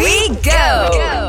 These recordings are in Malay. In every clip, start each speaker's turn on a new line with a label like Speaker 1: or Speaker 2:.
Speaker 1: we go.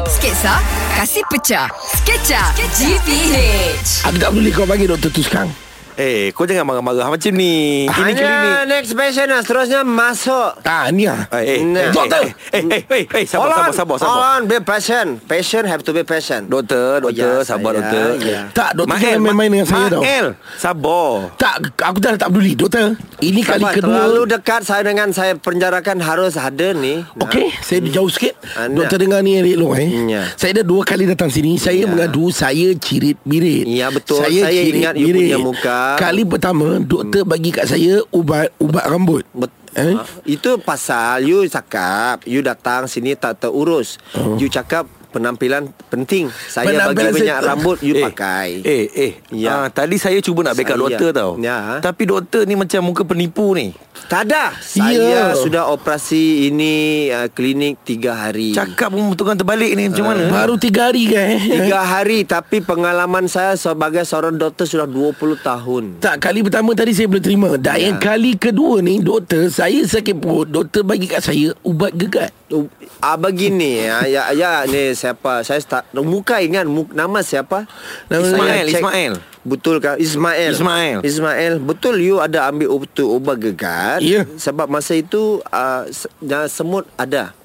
Speaker 1: Sketsa, kasih pecah. Sketcha, GPH.
Speaker 2: Aku tak boleh kau panggil doktor tu sekarang
Speaker 3: Eh, kau jangan marah-marah macam ni. Ini klinik.
Speaker 4: Hanya next patient lah Seterusnya masuk
Speaker 2: Tak ni lah
Speaker 3: Eh, eh, eh,
Speaker 4: Nah.
Speaker 2: Doktor.
Speaker 3: Eh, eh, eh, eh, sabar,
Speaker 4: Hold
Speaker 3: sabar,
Speaker 4: on,
Speaker 3: sabar,
Speaker 4: Hold
Speaker 3: sabar.
Speaker 4: on Be patient Patient have to be patient
Speaker 3: Doktor, doktor,
Speaker 4: Oh, ya,
Speaker 3: sabar
Speaker 4: saya,
Speaker 3: doktor.
Speaker 4: ya.
Speaker 2: Tak, doktor jangan main-main dengan saya tau.
Speaker 3: Mael, sabar.
Speaker 2: Tak Aku dah tak peduli Doktor Ini kali
Speaker 4: Sabar,
Speaker 2: kedua
Speaker 4: Terlalu dekat saya dengan saya penjarakan harus ada ni
Speaker 2: Okey, saya jauh sikit.
Speaker 4: Ah,
Speaker 2: Doktor
Speaker 4: nak.
Speaker 2: dengar ni Erik Long eh.
Speaker 4: Hmm, ya.
Speaker 2: Saya dah dua kali datang sini. Saya
Speaker 4: Ya.
Speaker 2: mengadu saya cirit birit.
Speaker 4: Ya, betul. Saya ingat you punya muka. Hmm.
Speaker 2: Kali pertama doktor bagi kat saya ubat ubat rambut.
Speaker 4: Bet-
Speaker 2: Eh?
Speaker 4: Ah, Itu pasal you cakap You datang sini tak terurus You cakap penampilan penting Saya
Speaker 2: Penampilan
Speaker 4: bagi minyak
Speaker 2: saya-
Speaker 4: rambut You pakai
Speaker 3: Eh, eh. Ya.
Speaker 4: Ya.
Speaker 3: Ah, tadi saya cuba nak backup
Speaker 4: Saya.
Speaker 3: doktor tau.
Speaker 4: Ya.
Speaker 3: Tapi doktor ni macam muka penipu ni.
Speaker 4: Tak ada
Speaker 2: Ya.
Speaker 4: Saya sudah operasi ini uh, Klinik tiga hari
Speaker 3: Cakap pun tukang terbalik ni
Speaker 4: Ah.
Speaker 3: macam mana?
Speaker 2: Baru tiga hari kan eh?
Speaker 4: Tiga hari Tapi pengalaman saya Sebagai seorang doktor Sudah 20 tahun
Speaker 2: Tak, kali pertama tadi saya boleh terima. Dah ya. yang kali kedua ni, doktor, saya sakit perut. Doktor bagi kat saya ubat gegat.
Speaker 4: U- Ah begini ya, ya, ya ni siapa saya start muka ingat mu- nama siapa
Speaker 2: Nama
Speaker 3: Ismail,
Speaker 4: cek.
Speaker 3: Ismail.
Speaker 4: betul kan Ismail
Speaker 3: Ismail.
Speaker 4: Ismail betul you ada ambil ubat ubat gegar
Speaker 2: Ya.
Speaker 4: sebab masa itu uh, se- ya, semut ada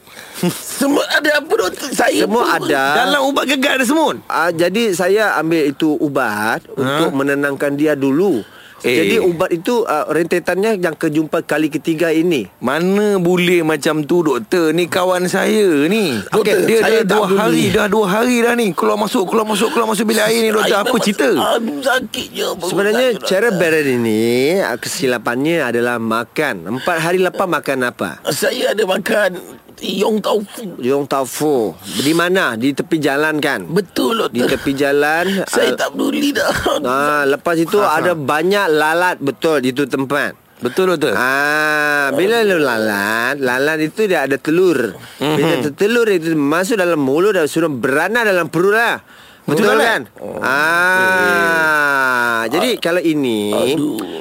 Speaker 2: Semua ada apa doktor? Saya
Speaker 4: semut
Speaker 2: pun-
Speaker 4: ada
Speaker 3: Dalam ubat gegar ada semut.
Speaker 4: Ah, jadi saya ambil itu ubat untuk menenangkan dia dulu
Speaker 3: Ha? Eh.
Speaker 4: jadi ubat itu uh, rentetannya yang kejumpa kali ketiga ini
Speaker 3: Mana boleh macam tu doktor Ni kawan saya ni
Speaker 2: Doktor,
Speaker 3: Dia
Speaker 2: saya tak
Speaker 3: dah dua
Speaker 2: boleh.
Speaker 3: hari Dah dua hari dah ni Keluar masuk Keluar masuk Keluar masuk bilik air ni doktor
Speaker 2: Saya
Speaker 3: Apa
Speaker 2: memang-
Speaker 3: cerita
Speaker 2: Aduh, sakit je.
Speaker 3: Oh,
Speaker 4: Sebenarnya cara Baron ini ah, kesilapannya adalah makan. Empat hari lepas makan apa?
Speaker 2: Saya ada makan Yong Taufu.
Speaker 4: Yong tofu. Di mana? Di tepi jalan kan?
Speaker 2: Betul,
Speaker 4: Di
Speaker 2: doktor.
Speaker 4: tepi jalan.
Speaker 2: Saya tak peduli dah.
Speaker 4: Ah, lepas itu ada banyak lalat betul di itu tempat.
Speaker 3: Betul doktor
Speaker 4: Ah, bila lu lalat, lalat itu dia ada telur. Bila telur itu masuk dalam mulut dan sudah beranak dalam perut lah. Betul,
Speaker 3: Betul,
Speaker 4: kan? Ah. Jadi kalau ini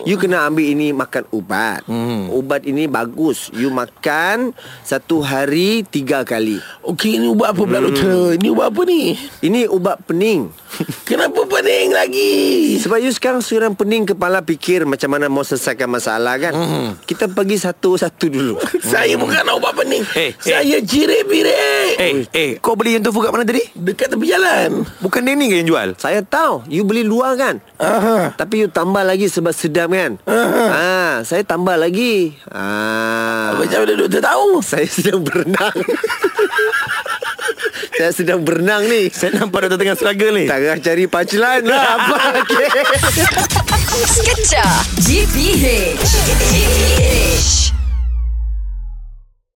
Speaker 4: you kena ambil ini makan ubat. Ubat ini bagus. You makan satu hari tiga kali.
Speaker 2: Okey, ini ubat apa pula,
Speaker 3: Hmm.
Speaker 2: doktor? Ini ubat apa ni?
Speaker 4: Ini ubat pening.
Speaker 2: Kenapa pening lagi?
Speaker 4: Sebab you sekarang sekarang pening kepala fikir macam mana mau selesaikan masalah kan.
Speaker 2: Mm-hmm.
Speaker 4: Kita pergi satu-satu dulu.
Speaker 2: Saya bukan nak ubat pening.
Speaker 3: Hmm. Eh, eh.
Speaker 2: saya cirit-birit.
Speaker 3: Eh eh Kau beli yang tofu kat mana tadi
Speaker 2: Dekat tepi jalan.
Speaker 3: Bukan Denny ke yang jual
Speaker 4: Saya tahu You beli luar kan
Speaker 2: Aha.
Speaker 4: Tapi you tambah lagi Sebab sedap kan ah, Saya tambah lagi ah,
Speaker 2: Macam mana doktor tahu?
Speaker 4: Saya sedang berenang Saya sedang berenang ni
Speaker 3: Saya nampak doktor tengah struggle ni
Speaker 4: Tengah cari punchline lah Apa lagi
Speaker 1: Sketcha, GPH. GPH.